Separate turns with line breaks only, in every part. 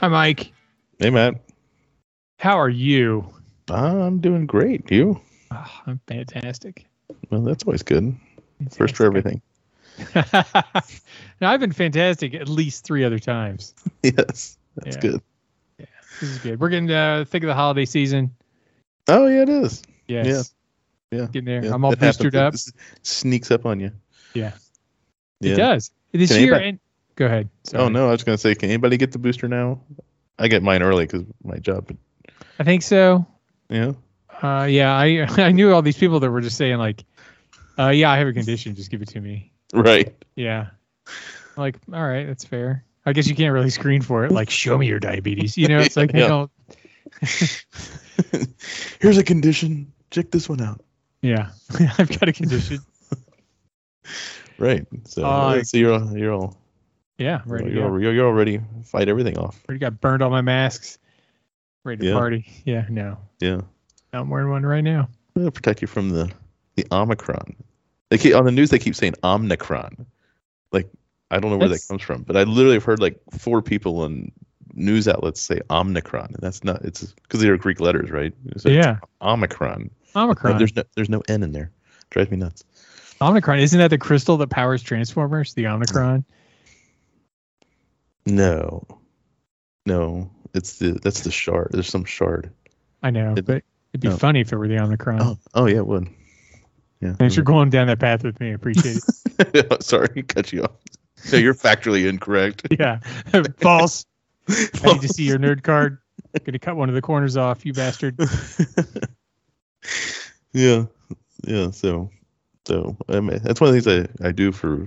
Hi, Mike.
Hey, Matt.
How are you?
I'm doing great. You?
Ah, I'm fantastic.
Well, that's always good. First for everything.
now, I've been fantastic at least three other times.
Yes, that's
Yeah.
good.
This is good. We're getting uh, the thick of the holiday season.
Oh yeah, it is.
Yes.
Yeah. Yeah.
Getting there.
Yeah,
I'm all
that happens.
boosted up.
It s- sneaks up on you.
Yeah.
Yeah.
It does. This
Can
year.
anybody-
And, go ahead.
Oh
Sorry.
no, I was gonna say, can anybody get the booster now? I get mine early because my job. But,
I think so.
yeah.
Uh, yeah, I I knew all these people that were just saying like, uh, yeah, I have a condition, just give it to me.
Right.
Yeah. Like, all right, that's fair. I guess you can't really screen for it. Like, show me your diabetes. You know, it's like
Yeah.
they don't.
Here's a condition. Check this one out.
Yeah, I've got a condition.
Right. So,
Uh,
so you're all, you're all
Yeah, I'm ready to
you're, oh,
go.
all- you're, you're all ready. to Fight everything off.
Already got burned all my masks. Ready to
Yeah.
party. Yeah, no,
Yeah.
I'm wearing one right now.
It'll protect you from the the Omicron. They keep, on the news they keep saying Omnicron. Like I don't know where
That's-
that comes from, but I literally have heard like four people on news outlets say Omnicron, and that's not it's because they're Greek letters, right? So it's
yeah,
Omicron. No,
Omicron.
there's no there's no N in there. Drives me nuts.
Omicron isn't that the crystal that powers Transformers? The Omicron.
No, no, it's the that's the shard. There's some shard.
I know,
It-
but it'd be
no.
funny if it were the Omicron.
Oh, oh yeah, it would. Yeah.
Thanks for going down that path with me. I appreciate it.
Sorry, cut you off. No, you're factually incorrect.
yeah. False. I need to see your nerd card. Gonna cut one of the corners off, you bastard.
yeah yeah so so I mean, that's one of the things I, I do for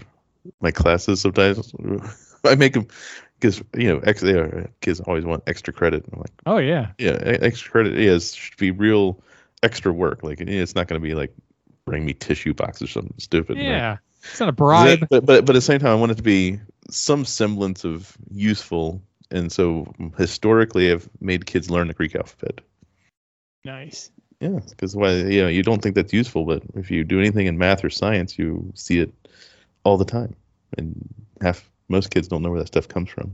my classes sometimes i make them because you know ex, they are, kids always want extra credit i'm like
Oh yeah.
yeah e- extra credit is should be real extra work like it- it's not going to be like bring me tissue box or something stupid right?
Yeah. It's not a
But-
bribe.
But, but but at the same time, I want it to be some semblance of useful, and so historically, I've made kids learn the Greek alphabet.
Nice.
Yeah, because why you know you don't think that's useful, but if you do anything in math or science, you see it all the time, and half most kids don't know where that stuff comes from.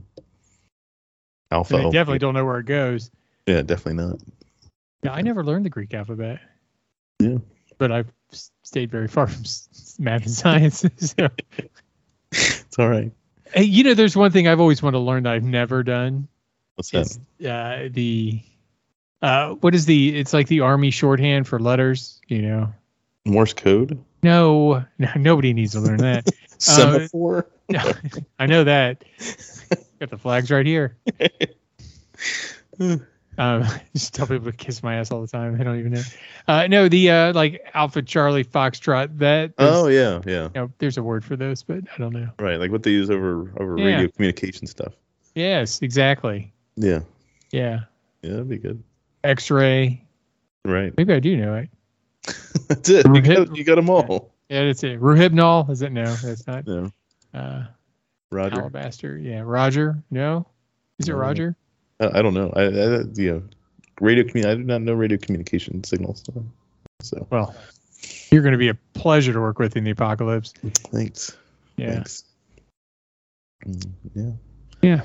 Alpha.
And they
omega-
definitely don't know where it goes.
Yeah, definitely not.
Yeah, I never learned the Greek alphabet.
Yeah.
But I've s- stayed very far from s- s- math and science. so.
It's all right.
Hey, you know, there's one thing I've always wanted to learn that I've never done
What's that?
is uh, the uh, what is the? It's like the army shorthand for letters. You know,
Morse code.
Uh, no, no nobody needs to learn that.
Semaphore.
No, I know that. Got the flags right here. um, just tell people to kiss my ass all the time. They don't even know. Uh, no, the uh, like Alpha Charlie Foxtrot. That is-
oh yeah, yeah.
you know, there's a word for those, but I don't know.
Right, like what they use over over
Yeah.
radio communication stuff.
Yes, exactly.
Yeah,
Yeah,
yeah, that'd be good.
X-ray.
Right.
Maybe I do know it.
That's it. You got,
Rohit-
you got 'em all.
Yeah, that's it. Rohypnol is it? No, that's not.
No,
Uh,
Roger.
Alabaster. Yeah, Roger. No, is it
No.
Roger?
Uh, I don't know. I, I you know, radio commun. I do not know radio communication signals. So, so
Well, you're going to be a pleasure to work with in the apocalypse.
thanks.
Yeah.
Thanks. Mm, Yeah.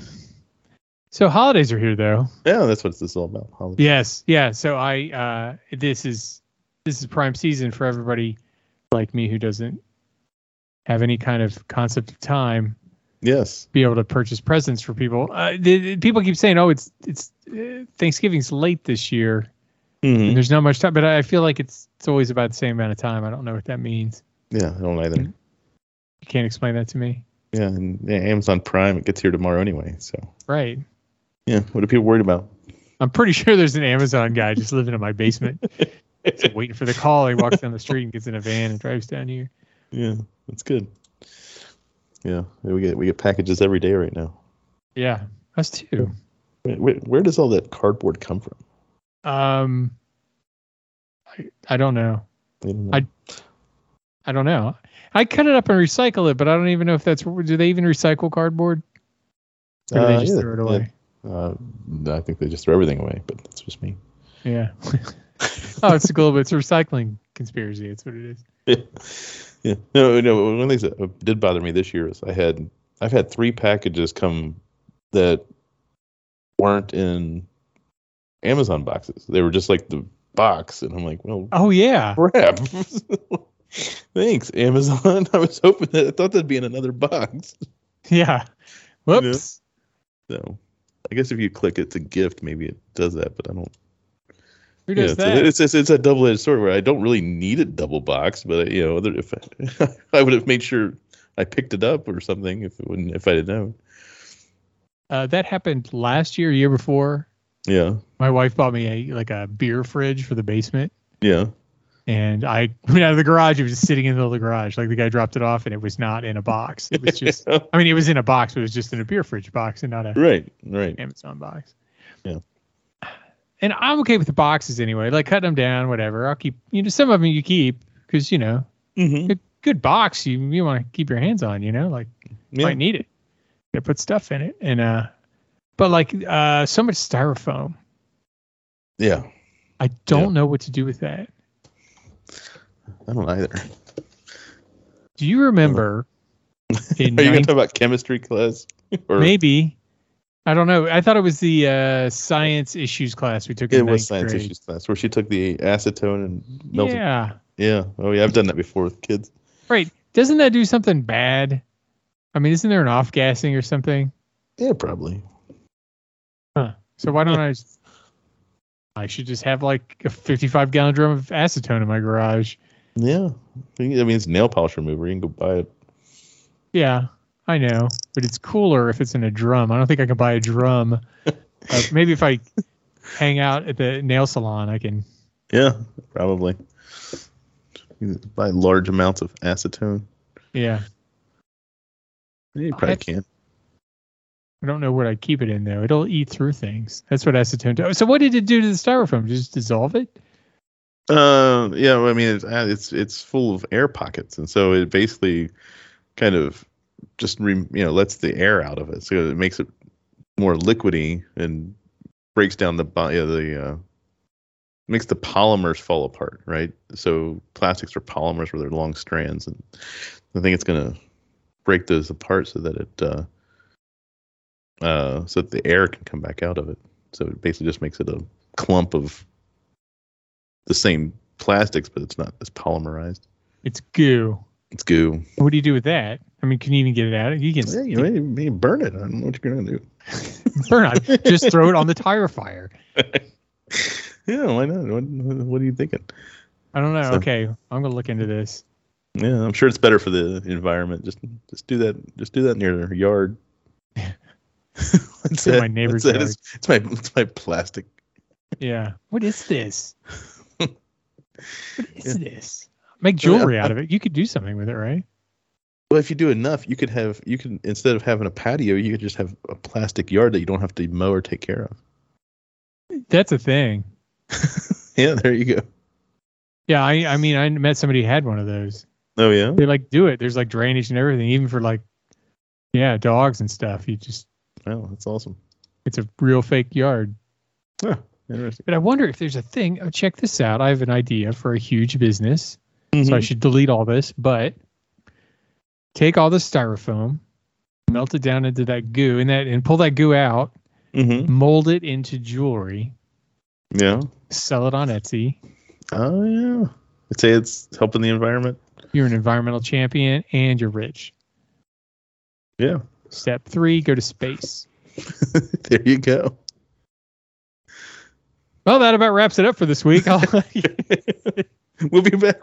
So holidays are here though.
Yeah, that's what this is all about. Holiday.
Yes, yeah. So I uh this is this is prime season for everybody like me who doesn't have any kind of concept of time
Yes.
be able to purchase presents for people. Uh, the, the- people keep saying, "Oh, it's it's uh, Thanksgiving's late this year.
Mhm.
And there's not much time." But I feel like it's it's always about the same amount of time. I don't know what that means.
Yeah, I don't either.
Mm-hmm. You can't explain that to me.
Yeah, and yeah, Amazon Prime it gets here tomorrow anyway. So
Right.
yeah, what are people worried about?
I'm pretty sure there's an Amazon guy just living in my basement, just waiting for the call. He walks down the street and gets in a van and drives down here.
Yeah, that's good. Yeah, we get we get packages every day right now.
Yeah, us too.
Where, where, where does all that cardboard come from?
Um, I I don't know.
I don't know.
I- I don't know. I cut it up and recycle it, but I don't even know if that's. Do they even recycle cardboard? Or do
Uh,
they just
yeah,
throw it away?
Uh, I think they just throw everything away, but that's just me.
Yeah. oh, it's a global. It's a recycling conspiracy. It's what it is.
yeah. No, no. One of the things that did bother me this year is I had I've had three packages come that weren't in Amazon boxes. They were just like the box, and I'm like, well,
Oh yeah.
crap. Thanks, Amazon. I was hoping that I thought that'd be in another box.
Yeah.
know?
Whoops.
So I guess if you click it to gift, maybe it does that, but I don't.
Who does
yeah,
that?
It's, it's, it's a double edged sword where I don't really need it double boxed, but I, you know, other- if I, I would have made sure I picked it up or something if it wouldn't if I had known.
Uh, that happened last year, year before.
Yeah,
My wife bought me a like a beer fridge for the basement,
yeah,
and I went out of the garage. It was just sitting in the middle of the garage. Like the guy dropped it off, and it was not in a box. It was just. I mean, it was in a box, but it was just in a beer fridge box and not a
right, right.
Amazon box.
Yeah.
And I'm okay with the boxes anyway. Like cut them down, whatever. I'll keep. You know, some of them you keep because you know,
Mm-hmm.
good, good box. You you want to keep your hands on. You know, like.
Yeah.
might need it. They put stuff in it, and uh, but like uh, so much styrofoam.
yeah,
I don't know what to do with that.
I don't either.
Do you remember? In
Are you gonna
nine-
talk about chemistry class? or
maybe I don't know. I thought it was the uh, science issues class we took.
it
in ninth
was science
grade.
issues class where she took the acetone and melted. Yeah.
Yeah,
Oh yeah, I've done that before with kids.
right. Doesn't that do something bad? I mean, isn't there an off gassing or something?
Yeah, probably.
So why don't I? just- I should just have like a 55 gallon drum of acetone in my garage.
Yeah. I mean, it's nail polish remover. You can go buy it.
Yeah, I know, but it's cooler if it's in a drum. I don't think I can buy a drum. Uh, maybe if I hang out at the nail salon, I can.
Yeah, probably. You can buy large amounts of acetone.
Yeah,
Yeah, You probably
I've-
can.
I don't know what I keep it in though. It'll eat through things. That's what acetone does. So what did it do to the styrofoam? Just dissolve it?
Uh, yeah. well, I mean, it's uh, it's it's full of air pockets, and so it basically kind of just re, you know lets the air out of it, so it makes it more liquidy and breaks down the bo- yeah, the uh, makes the polymers fall apart, right? So plastics are polymers where they're long strands, and I think it's gonna break those apart so that it uh, uh, so that the air can come back out of it. So it basically just makes it a clump of the same plastics, but it's not as polymerized.
It's goo.
It's goo.
What do you do with that? I mean, can you even get it out? You can
Yeah, you may, may burn it. I don't know what you're gonna do.
burn it. Just throw it on the tire fire.
Yeah, why not? What, what are you thinking?
I don't know.
So-
Okay, I'm gonna look into this.
Yeah, I'm sure it's better for the environment. Just just do that. Just do that near their yard. What's
In my neighbor's
What's that? It's, it's my it's my plastic.
Yeah. What is this? what is this? Make
I mean,
jewelry out of it. You could do something with it, right?
Well, if you do enough, you could have you can instead of having a patio, you could just have a plastic yard that you don't have to mow or take care of.
That's a thing.
Yeah, there you go.
Yeah, I, I mean, I met somebody who had one of those.
Oh yeah.
They like do it. There's like drainage and everything, even for like, yeah, dogs and stuff. You just,
Wow, that's awesome.
it's a real fake yard.
Interesting.
But I wonder if there's a thing. Oh, check this out. I have an idea for a huge business. So I should delete all this, but take all the styrofoam, melt it down into that goo, and that, and pull that goo out,
hmm
mold it into jewelry,
Yeah.
sell it on Etsy.
Oh yeah. I'd say it's helping the environment.
You're an environmental champion and you're rich.
Yeah.
Step three, go to space.
there you go.
Well, that about wraps it up for this week. I'll,
we'll be back.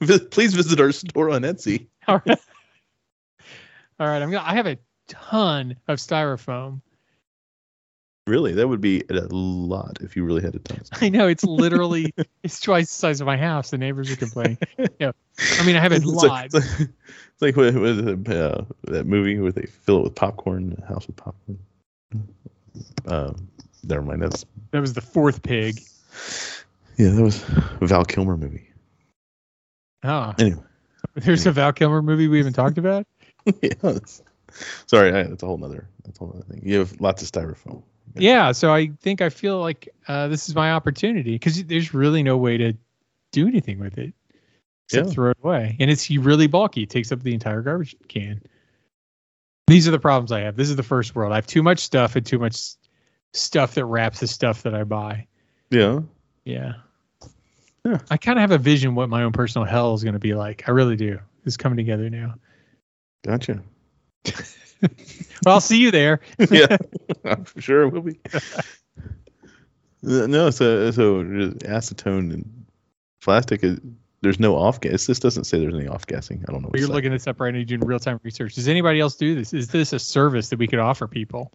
Vi- Please visit our store on Etsy.
all right, all right. I'm gonna. I have a ton of styrofoam.
Really, that would be a lot if you really had a ton.
I know it's literally it's twice the size of my house. The neighbors are complaining. Yeah, I mean I have a
It's
lot.
like, it's like, it's like with, with, uh, that movie where they fill it with popcorn, a house with popcorn. Um, never mind. That's
that was the fourth pig.
yeah, that was a Val Kilmer movie.
Oh,
Anyway.
there's a Val Kilmer movie we haven't talked about.
yeah, that's- sorry, I, that's a whole nother. That's a whole nother thing. You have lots of styrofoam.
Yeah, so I think I feel like uh, this is my opportunity because there's really no way to do anything with it except
Yeah.
throw it away. And it's really bulky; it takes up the entire garbage can. These are the problems I have. This is the first world. I have too much stuff and too much stuff that wraps the stuff that I buy.
Yeah.
Yeah.
Yeah.
I kind of have a vision what my own personal hell is going to be like. I really do. It's coming together now.
Gotcha.
Well, I'll see you there.
yeah, I'm sure it will be. Uh, no, so so just acetone and plastic. Is, there's no off gas. This doesn't say there's any off gassing. I don't know. What
You're
it's like.
looking this up right now. You're doing real time research. Does anybody else do this? Is this a service that we could offer people?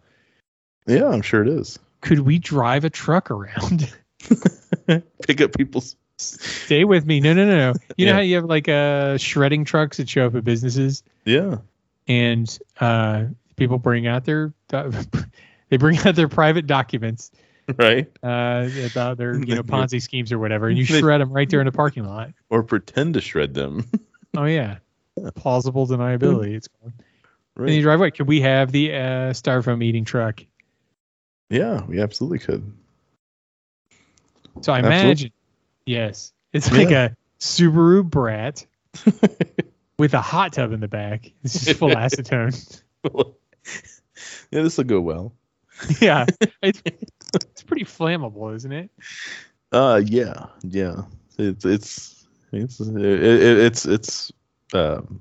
Yeah, I'm sure it is.
Could we drive a truck around?
Pick up people's.
Stay with me. No, no, no, no. You know
Yeah.
how you have like uh, shredding trucks that show up at businesses
Yeah.
and uh, people bring out their uh, they bring out their private documents
Right.
uh, about their you know Ponzi schemes or whatever, and you
They-
shred them right there in the parking lot.
Or pretend to shred them.
Oh yeah,
Yeah.
plausible deniability. It's called. And you
Right.
drive away. Could we have the uh, styrofoam eating truck?
Yeah, we absolutely could.
So I
Absolutely.
imagine, yes, it's like a Subaru Brat with a hot tub in the back. It's just full of acetone.
yeah, this will go well.
yeah, it's, it's pretty flammable, isn't it?
Uh, yeah, yeah. It's it's it's it, it, it's it's um,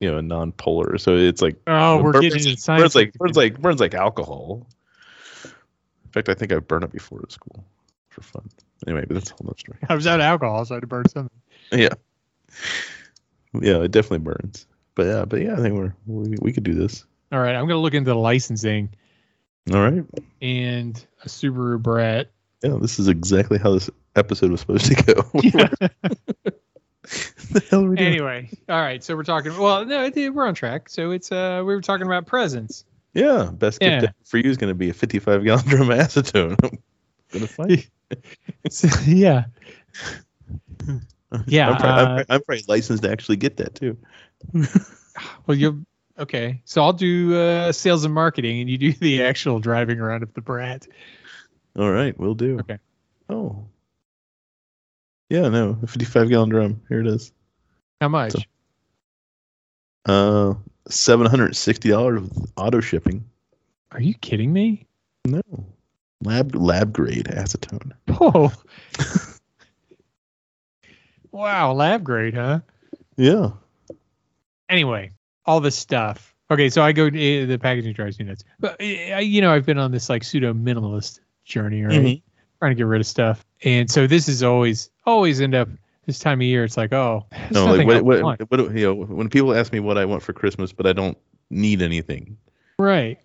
you know, non-polar. So it's like
Oh, we're
burns-
getting into science.
burns like
fiction.
burns like burns like alcohol. In fact, I think I burned it before at school for fun. Anyway, but that's a whole nother story.
I was out of alcohol, so I had to burn something.
Yeah, it definitely burns. But yeah, but yeah, I think we're we, we could do this.
All right, I'm gonna look into the licensing
All right.
and a Subaru Brat.
Yeah, this is exactly how this episode was supposed to go. the hell are we doing?
anyway, all right. So we're talking. Well, no, it- we're on track. So it's uh, we were talking about presents.
Yeah, best gift
Yeah.
for you is going to be a 55 gallon drum of acetone. I'm gonna fight.
So, yeah. Yeah,
I'm, probably, I'm
uh,
prob- I'm probably licensed to actually get that too.
Well, you okay? So I'll do uh, sales and marketing, and you do the actual driving around of the brat.
All right, we'll do.
Okay.
Oh. Yeah, no, a 55 gallon drum. Here it is.
How much?
So- Uh, $760 with auto shipping.
Are you kidding me?
No. Lab lab grade acetone.
Oh. wow, lab grade, huh?
Yeah.
Anyway, all this stuff. Okay, so I go. eh, The packaging drives me nuts. But eh, I- you know, I've been on this like pseudo minimalist journey, right?
Mhm.
Trying to get rid of stuff, and so this is always always end up this time of year. It's like, oh, there's
No, like
nothing
what,
else I want.
what, what, do- you know, when people ask me what I want for Christmas, but I don't need anything. Is
right?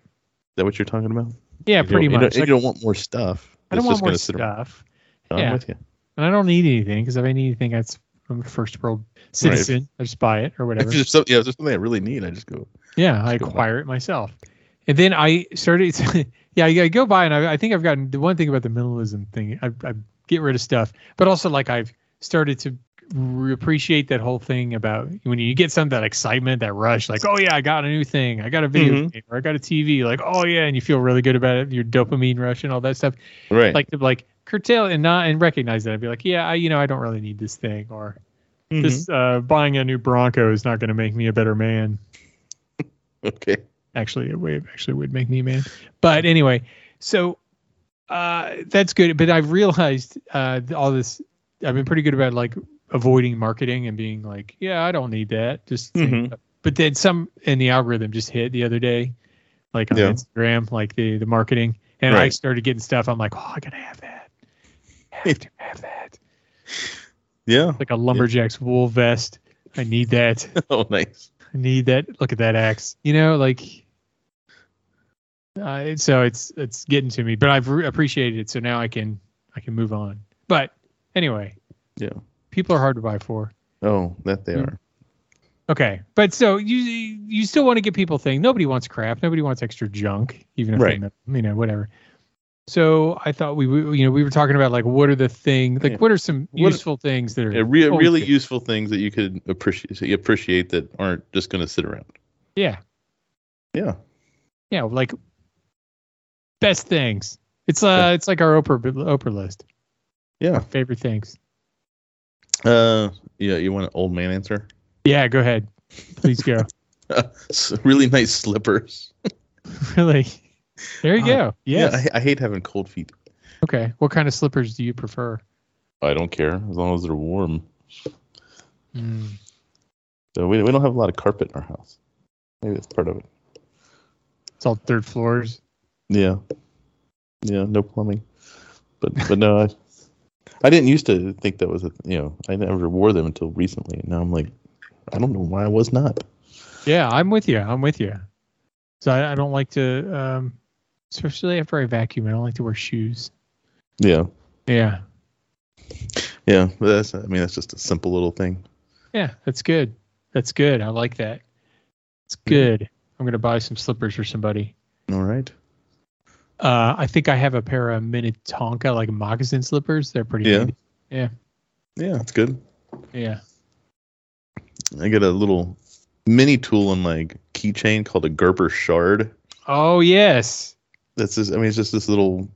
that what you're talking about?
Yeah,
You don't-
pretty
you don't-
much.
You
Like,
don't want more stuff.
I don't
It's
want
just
more
gonna sit around.
stuff.
I'm
Yeah.
with you.
And I don't need anything because if I need anything, that's I'm a first world citizen. I just buy it or
If
whatever.
there's, some, yeah, if there's something I really need, I just go.
yeah, I
just go buy
acquire it myself. And then I started. yeah, I, I go by and I, I think I've gotten the one thing about the minimalism thing. I, I get rid of stuff, but also like I've started to re- appreciate that whole thing about when you get some that excitement, that rush, like oh yeah, I got a new thing, I got a video
Mhm.
game, or I got a TV, like oh yeah, and you feel really good about it, your dopamine rush and all that stuff.
Right.
Like to like curtail and not and recognize that and be like yeah, I, you know, I don't really need this thing or this uh, buying a new Bronco is not going to make me a better man.
okay.
Actually, it would, actually would make me a man. But anyway, so uh, that's good. But I've realized uh, all this. I've been pretty good about like avoiding marketing and being like, yeah, I don't need that. Just. think-
Mhm.
But then some in the algorithm just hit the other day, like on
Yeah.
Instagram, like the the marketing, and I
Right.
started getting stuff. I'm like, oh, I gotta have that. Have to have that.
Yeah.
Like a lumberjack's wool vest. I need that.
Oh, nice.
I need that. Look at that axe. You know, like. Uh, so it's it's getting to me, but I've re- appreciated it. So now I can I can move on. But anyway,
Yeah.
people are hard to buy for.
Oh, that they
Mm.
are.
Okay, but so you you still want to get people thing. Nobody wants crap. Nobody wants extra junk, even if they
Right.
know- you know whatever. So I thought we, we you know we were talking about like what are the thing like
Yeah.
what are some
What-
useful things that are
Yeah, re-
Oh,
really
good.
useful things that you could appreciate appreciate that aren't just going to sit around.
yeah
Yeah.
yeah like best things. It's uh
Yeah.
it's like our Oprah Oprah list.
Yeah.
favorite things.
Uh, yeah. You want an old man answer?
Yeah, go ahead. Please go.
S- really nice slippers.
really? There you
Uh,
go. Yes.
Yeah, I, I hate having cold feet.
Okay. What kind of slippers do you prefer?
I don't care as long as they're warm.
Mm.
So we, we don't have a lot of carpet in our house. Maybe that's part of it.
It's all third floors.
Yeah. Yeah, no plumbing. But but no, I I didn't used to think that was a you know, I never wore them until recently. And now I'm like, I don't know why I was not.
Yeah, I'm with you. I'm with you. So I, I don't like to, um, especially after I vacuum, I don't like to wear shoes.
Yeah.
Yeah.
Yeah. But that's I mean that's just a simple little thing.
Yeah. That's good. That's good. I like that. It's good. I'm going to buy some slippers for somebody.
All right.
Uh, I think I have a pair of Minnetonka like moccasin slippers. They're pretty
Yeah.
neat.
Yeah, it's good.
Yeah.
I got a little mini tool on my keychain called a Gerber shard.
Oh, yes.
that's just, I mean, it's just this little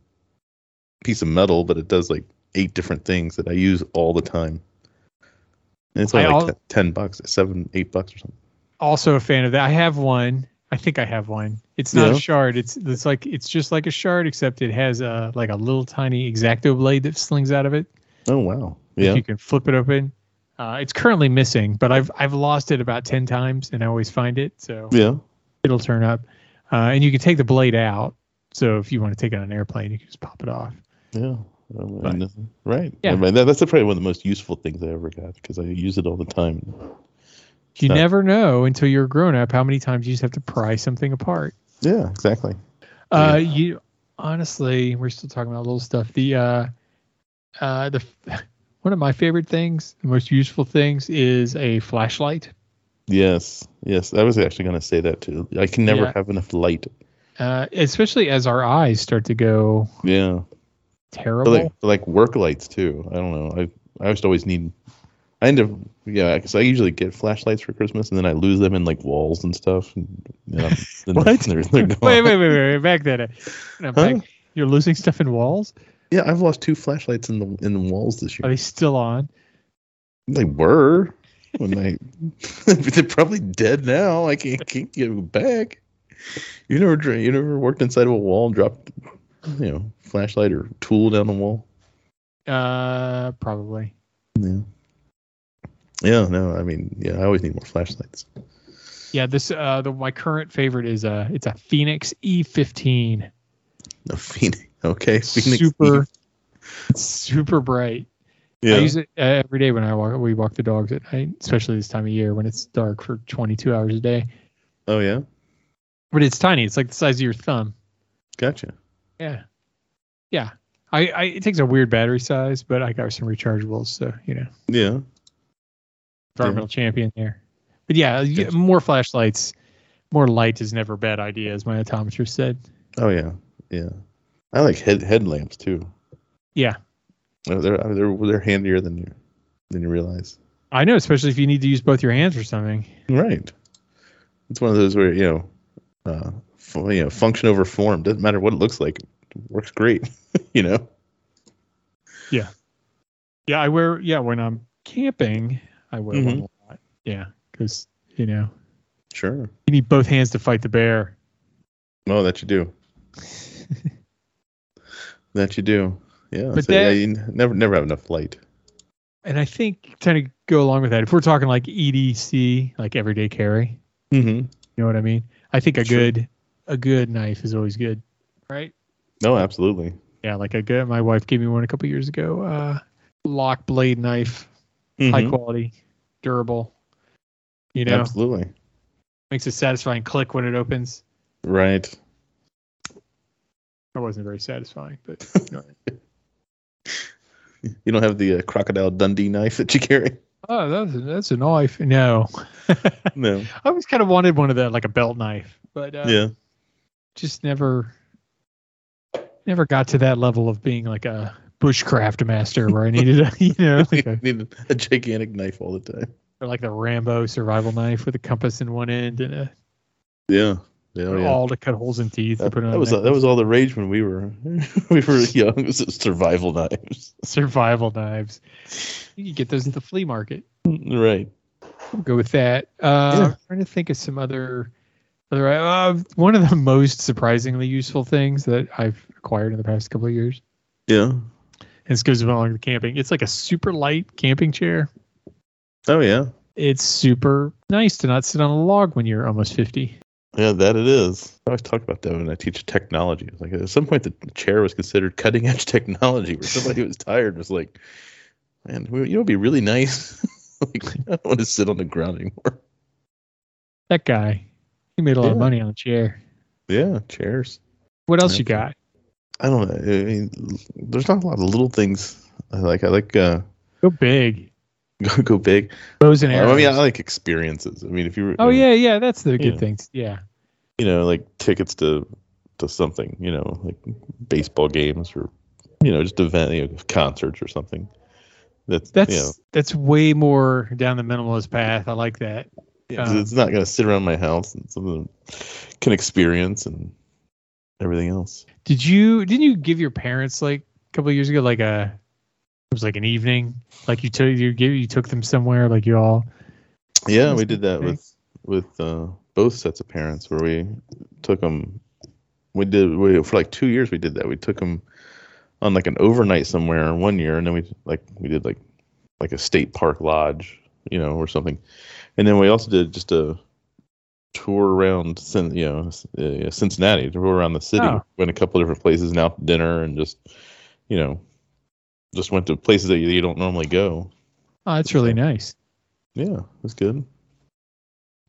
piece of metal, but it does like eight different things that I use all the time. And it's
I
only like
al-
te- ten bucks, seven, eight bucks or something.
Also a fan of that. I have one. I think I have one. It's not
Yeah.
a shard. It's it's like it's just like a shard, except it has a like a little tiny exacto blade that slings out of it.
Oh wow,
if
yeah,
you can flip it open. Uh, it's currently missing, but I've I've lost it about ten times, and I always find it, so
yeah,
it'll turn up. Uh, and you can take the blade out, so if you want to take it on an airplane, you can just pop it off.
yeah. I mean, right.
Yeah.
I mean, that, that's probably one of the most useful things I ever got because I use it all the time.
You
Huh.
never know until you're grown up how many times you just have to pry something apart.
Yeah, exactly.
Uh,
Yeah.
You honestly, we're still talking about little stuff. The uh, uh, the one of my favorite things, the most useful things, is a flashlight.
Yes, yes. I was actually going to say that too. I can never
Yeah.
have enough light.
Uh, especially as our eyes start to go
Yeah, but
terrible.
like, but like work lights too. I don't know. I I just always need. I end up yeah, because I usually get flashlights for Christmas and then I lose them in like walls and stuff. And, and I'm- then they're-
What?
They're, they're gone.
wait, wait, wait, wait, wait, back that up. No,
Huh?
back- You're losing stuff in walls.
Yeah, I've lost two flashlights in the in the walls this
Are
year.
they still on?
They were when they they're probably dead now. I can't can't get them back. You never dra- you never worked inside of a wall and dropped you know flashlight or tool down the wall.
Uh, probably.
Yeah. Yeah, no, I mean, yeah, I always need more flashlights.
Yeah. This uh, the my current favorite is uh, it's a Phoenix E E15.
A Phoenix. Okay. Phoenix
super,
Eve.
it's super bright.
Yeah.
I use it uh, every day when I walk. We walk the dogs at night, especially this time of year when it's dark for 22 hours a day.
oh yeah.
But it's tiny. It's like the size of your thumb.
Gotcha.
Yeah. Yeah. I, I it takes a weird battery size, but I got some rechargeables, so you know.
Yeah.
environmental champion there. But yeah, y-
Gotcha.
more flashlights, more light is never a bad idea, as my optometrist said.
Oh yeah. Yeah. I like head headlamps too.
Yeah,
They're they're they're handier than you than you realize.
I know, especially if you need to use both your hands for something.
Right. It's one of those where you know, uh, f- you know, function over form. Doesn't matter what it looks like. It works great. you know.
Yeah, I wear. Yeah, when I'm camping, I wear one a lot. Yeah, because you know
Sure.
you need both hands to fight the bear.
No, that you do. that you do. Yeah.
But
so, yeah,
that-
you n- never never have enough light.
And I think kind of go along with that. If we're talking like EDC, like everyday carry,
Mm-hmm.
you know what I mean? I think a
Sure.
good a good knife is always good, right?
No, absolutely.
Yeah, like I got my wife gave me one a couple years ago. Uh, lock blade knife, high
Mhm.
quality, durable. You know,
Absolutely.
makes a satisfying click when it opens.
Right.
That wasn't very satisfying, but you know.
You don't have the uh, crocodile Dundee knife that you carry.
oh, that's a, that's a knife. No, I
No.
always kind of wanted one of the like a belt knife, but uh,
yeah.
just never never got to that level of being like a bushcraft master where I needed a you know like a
you need a gigantic knife all the time.
or like the Rambo survival knife with a compass in one end and a
Yeah. Yeah. oh, yeah.
all to cut holes in teeth to
That,
put on
that was uh,
a
that was all the rage when we were we were young. It was survival knives.
survival knives. You can get those at the flea market.
Right.
We'll go with that. Uh,
Yeah.
I'm trying to think of some other Uh, one of the most surprisingly useful things that I've acquired in the past couple of years.
Yeah.
This goes along with camping. It's like a super light camping chair.
Oh yeah.
It's super nice to not sit on a log when you're almost 50.
Yeah, that it is. I always talk about that when I teach technology. It's Like at some point, the chair was considered cutting edge technology. Where somebody who was tired was like, "Man, we- you know, it'd be really nice. like, I don't want to sit on the ground anymore."
That guy, he made a lot of
Yeah.
money on a chair.
Yeah, chairs.
What else
Yeah.
you got?
I don't know. I mean, there's not a lot of little things I like. I like uh,
Go big.
go go big.
Bows and arrows.
I mean, I like experiences. I mean, if you were,
oh yeah, yeah. That's the good
Yeah.
thing. Yeah.
you know, like tickets to to something, you know, like baseball games or you know, just event, you know, concerts or something. That's
That's
you know,
that's way more down the minimalist path. I like that.
'cause it's not gonna sit around my house and something can experience and everything else.
Did you didn't you give your parents like a couple of years ago like a it was like an evening like you took you give you took them somewhere like you all
Yeah,
That's
we did that with with uh, both sets of parents where we took them. We did we, for like two years. We did that. We took them on like an overnight somewhere one year, and then we like we did like like a state park lodge, you know, or something. And then we also did just a tour around, Cin- you know, s- uh, Cincinnati, tour around the city.
Oh.
Went a couple different places and out to dinner, and just you know, just went to places that you, you don't normally go.
oh that's really nice
Yeah, it was good.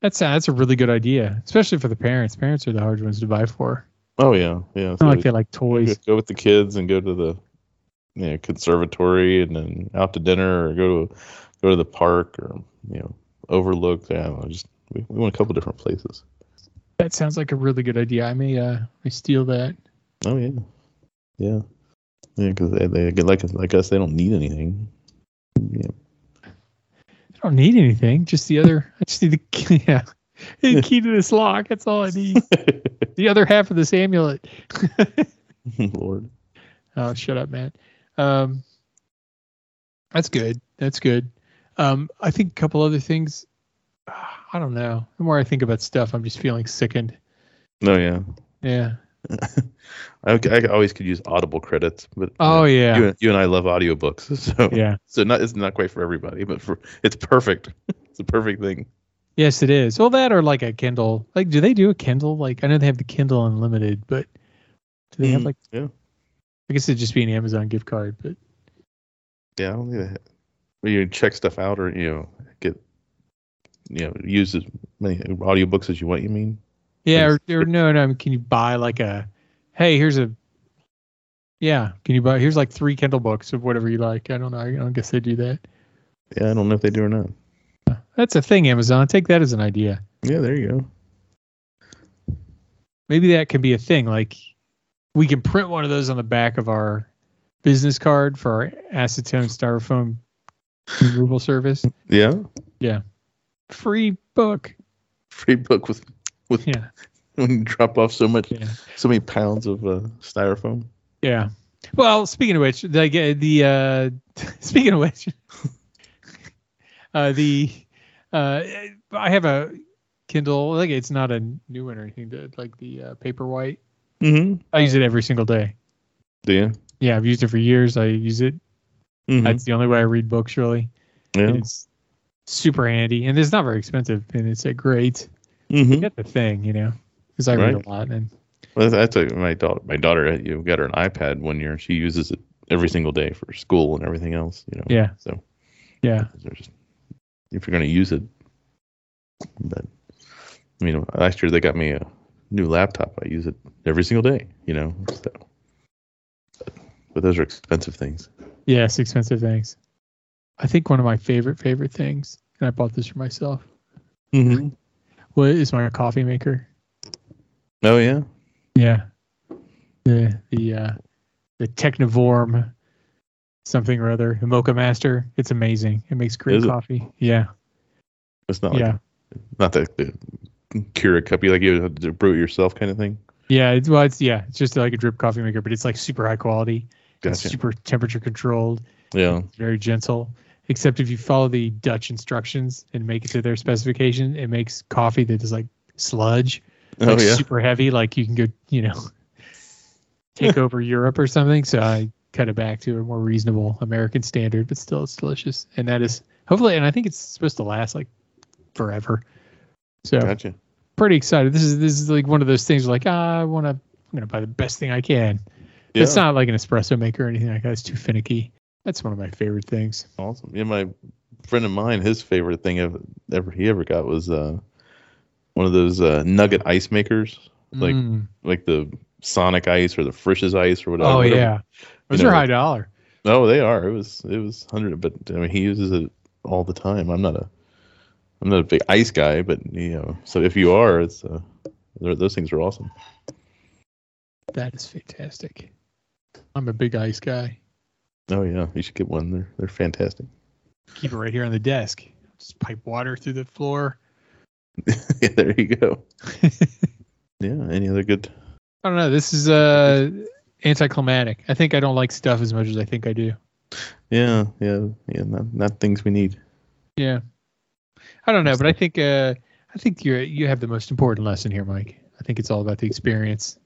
that's a, that's a really good idea especially for the parents parents are the hard ones to buy for
Oh yeah, yeah.
I
so
like
we-
they like toys
go with the kids and go to the you know, conservatory and then out to dinner or go to go to the park or you know overlook. I don't know, just we, we went a couple different places.
that sounds like a really good idea I may uh I steal that
Oh yeah, yeah, yeah. Because they, they get like like us, they don't need anything. Yeah,
I don't need anything just the other I just need the key, yeah the key to this lock that's all I need the other half of this amulet
Lord.
Oh, shut up, man. Um, that's good. That's good. Um, I think a couple other things. Ah, I don't know. The more I think about stuff, I'm just feeling sickened.
No, yeah.
Yeah.
I, I always could use Audible credits, but
Oh
You,
yeah.
and- you and I love audiobooks, so
Yeah.
so not it's not quite for everybody, but for it's perfect. It's the perfect thing.
Yes, it is. Well, that or like a Kindle. Like, do they do a Kindle? Like, I know they have the Kindle Unlimited, but do they have
Mm,
like?
yeah.
I guess it'd just be an Amazon gift card, but
Yeah, I don't think that. Well, you check stuff out, or you know, get you know, use as many audiobooks as you want. You mean?
yeah,
Yes.
or, or no, no. I mean, Can you buy like a? Hey, here's a. Yeah, can you buy? Here's like three Kindle books of whatever you like. I don't know. I don't guess they do that.
Yeah, I don't know if they do or not.
That's a thing, Amazon. Take that as an idea.
Yeah, there you go.
Maybe that can be a thing. Like we can print one of those on the back of our business card for our acetone styrofoam removal service.
Yeah,
Free book.
free book with with
Yeah.
when you drop off so much,
Yeah.
so many pounds of uh, styrofoam.
Yeah. Well, speaking of which, the the uh, speaking of which, uh, the uh, I have a Kindle. Like it's not a new one or anything. but Like the uh, Paperwhite.
Mm-hmm.
I use it every single day.
Do you?
Yeah, I've used it for years. I use it
Mhm.
That's the only way I read books, really.
Yeah.
And It's super handy, and it's not very expensive, and it's a great
Mm-hmm.
get the thing, you know, because I read
Right.
a lot. And
Well, that's what my daughter. My daughter, uh, you got her an iPad one year. and She uses it every single day for school and everything else. You know.
Yeah.
So
yeah,
They're just- if you're going to use it. But I mean, last year they got me a new laptop. I use it every single day. You know, so. But those are expensive things.
yeah, it's expensive things. I think one of my favorite favorite things, and I bought this for myself,
Mm-hmm.
wa- is my coffee maker.
Oh yeah.
Yeah, the the uh, the Technivorm, something or other, the Mocha Master. It's amazing. It makes great
Is it? Oh,
coffee. Yeah,
It's not like
yeah.
not the, the Keurig cup. You like you have to brew it yourself kind of thing.
Yeah, it's well, it's yeah, it's just like a drip coffee maker, but it's like super high quality. It's
Gotcha.
super temperature controlled,
Yeah.
very gentle. Except if you follow the Dutch instructions and make it to their specification, it makes coffee that is like sludge.
Oh
like,
yeah.
super heavy, like you can go, you know, take over Europe or something. So I cut it back to a more reasonable American standard, but still it's delicious. And that is hopefully, and I think it's supposed to last like forever. So
Gotcha.
pretty excited. This is this is like one of those things like ah, I want to. I'm gonna buy the best thing I can.
Yeah.
It's not like an espresso maker or anything like that. It's too finicky. That's one of my favorite things.
Awesome. Yeah, my friend of mine, his favorite thing ever, ever he ever got was uh, one of those uh, nugget ice makers, Like,
Mm.
like the Sonic ice or the Frisch's ice or whatever.
oh
whatever.
yeah, those
know,
are high dollar.
No, they are. It was it was hundred, but I mean he uses it all the time. I'm not a I'm not a big ice guy, but you know. So if you are, it's uh, they're- those things are awesome.
That is fantastic. I'm a big ice guy.
Oh yeah, you should get one. They're they're fantastic.
Keep it right here on the desk. Just pipe water through the floor.
yeah, there you go.
I
Yeah. Any other good?
don't know. This is uh anticlimactic. I think I don't like stuff as much as I think I do.
Yeah, yeah, yeah. Not not things we need.
Yeah. I don't know, but I think uh I think you you have the most important lesson here, Mike. I think it's all about the experience.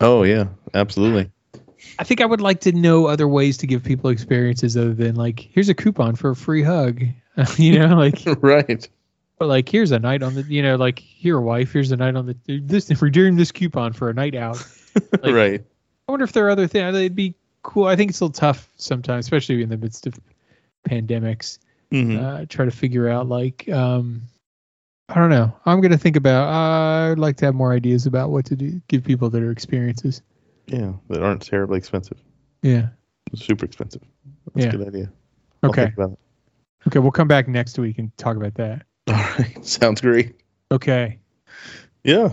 Oh yeah, absolutely.
I think I would like to know other ways to give people experiences other than like here's a coupon for a free hug. you know, like
right.
But like, here's a night on the, you know, like here, wife, here's a night on the this. If we're doing this coupon for a night out, Like-
right.
I wonder if there are other things. It'd be cool. I think it's still tough sometimes, especially in the midst of pandemics.
Mhm.
Uh, try to figure out like, um, I don't know. I'm gonna think about. I'd like to have more ideas about what to do, give people that are experiences.
yeah, that aren't terribly expensive.
Yeah.
Super expensive. That's
Yeah.
a good idea. I'll
Okay.
think about it.
Okay. We'll come back next week and talk about that.
All right. Sounds great.
Okay.
Yeah.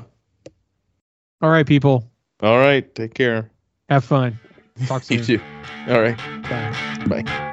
All right, people.
All right. Take care.
Have fun. Talk
You
soon.
too. All right.
Bye.
Bye.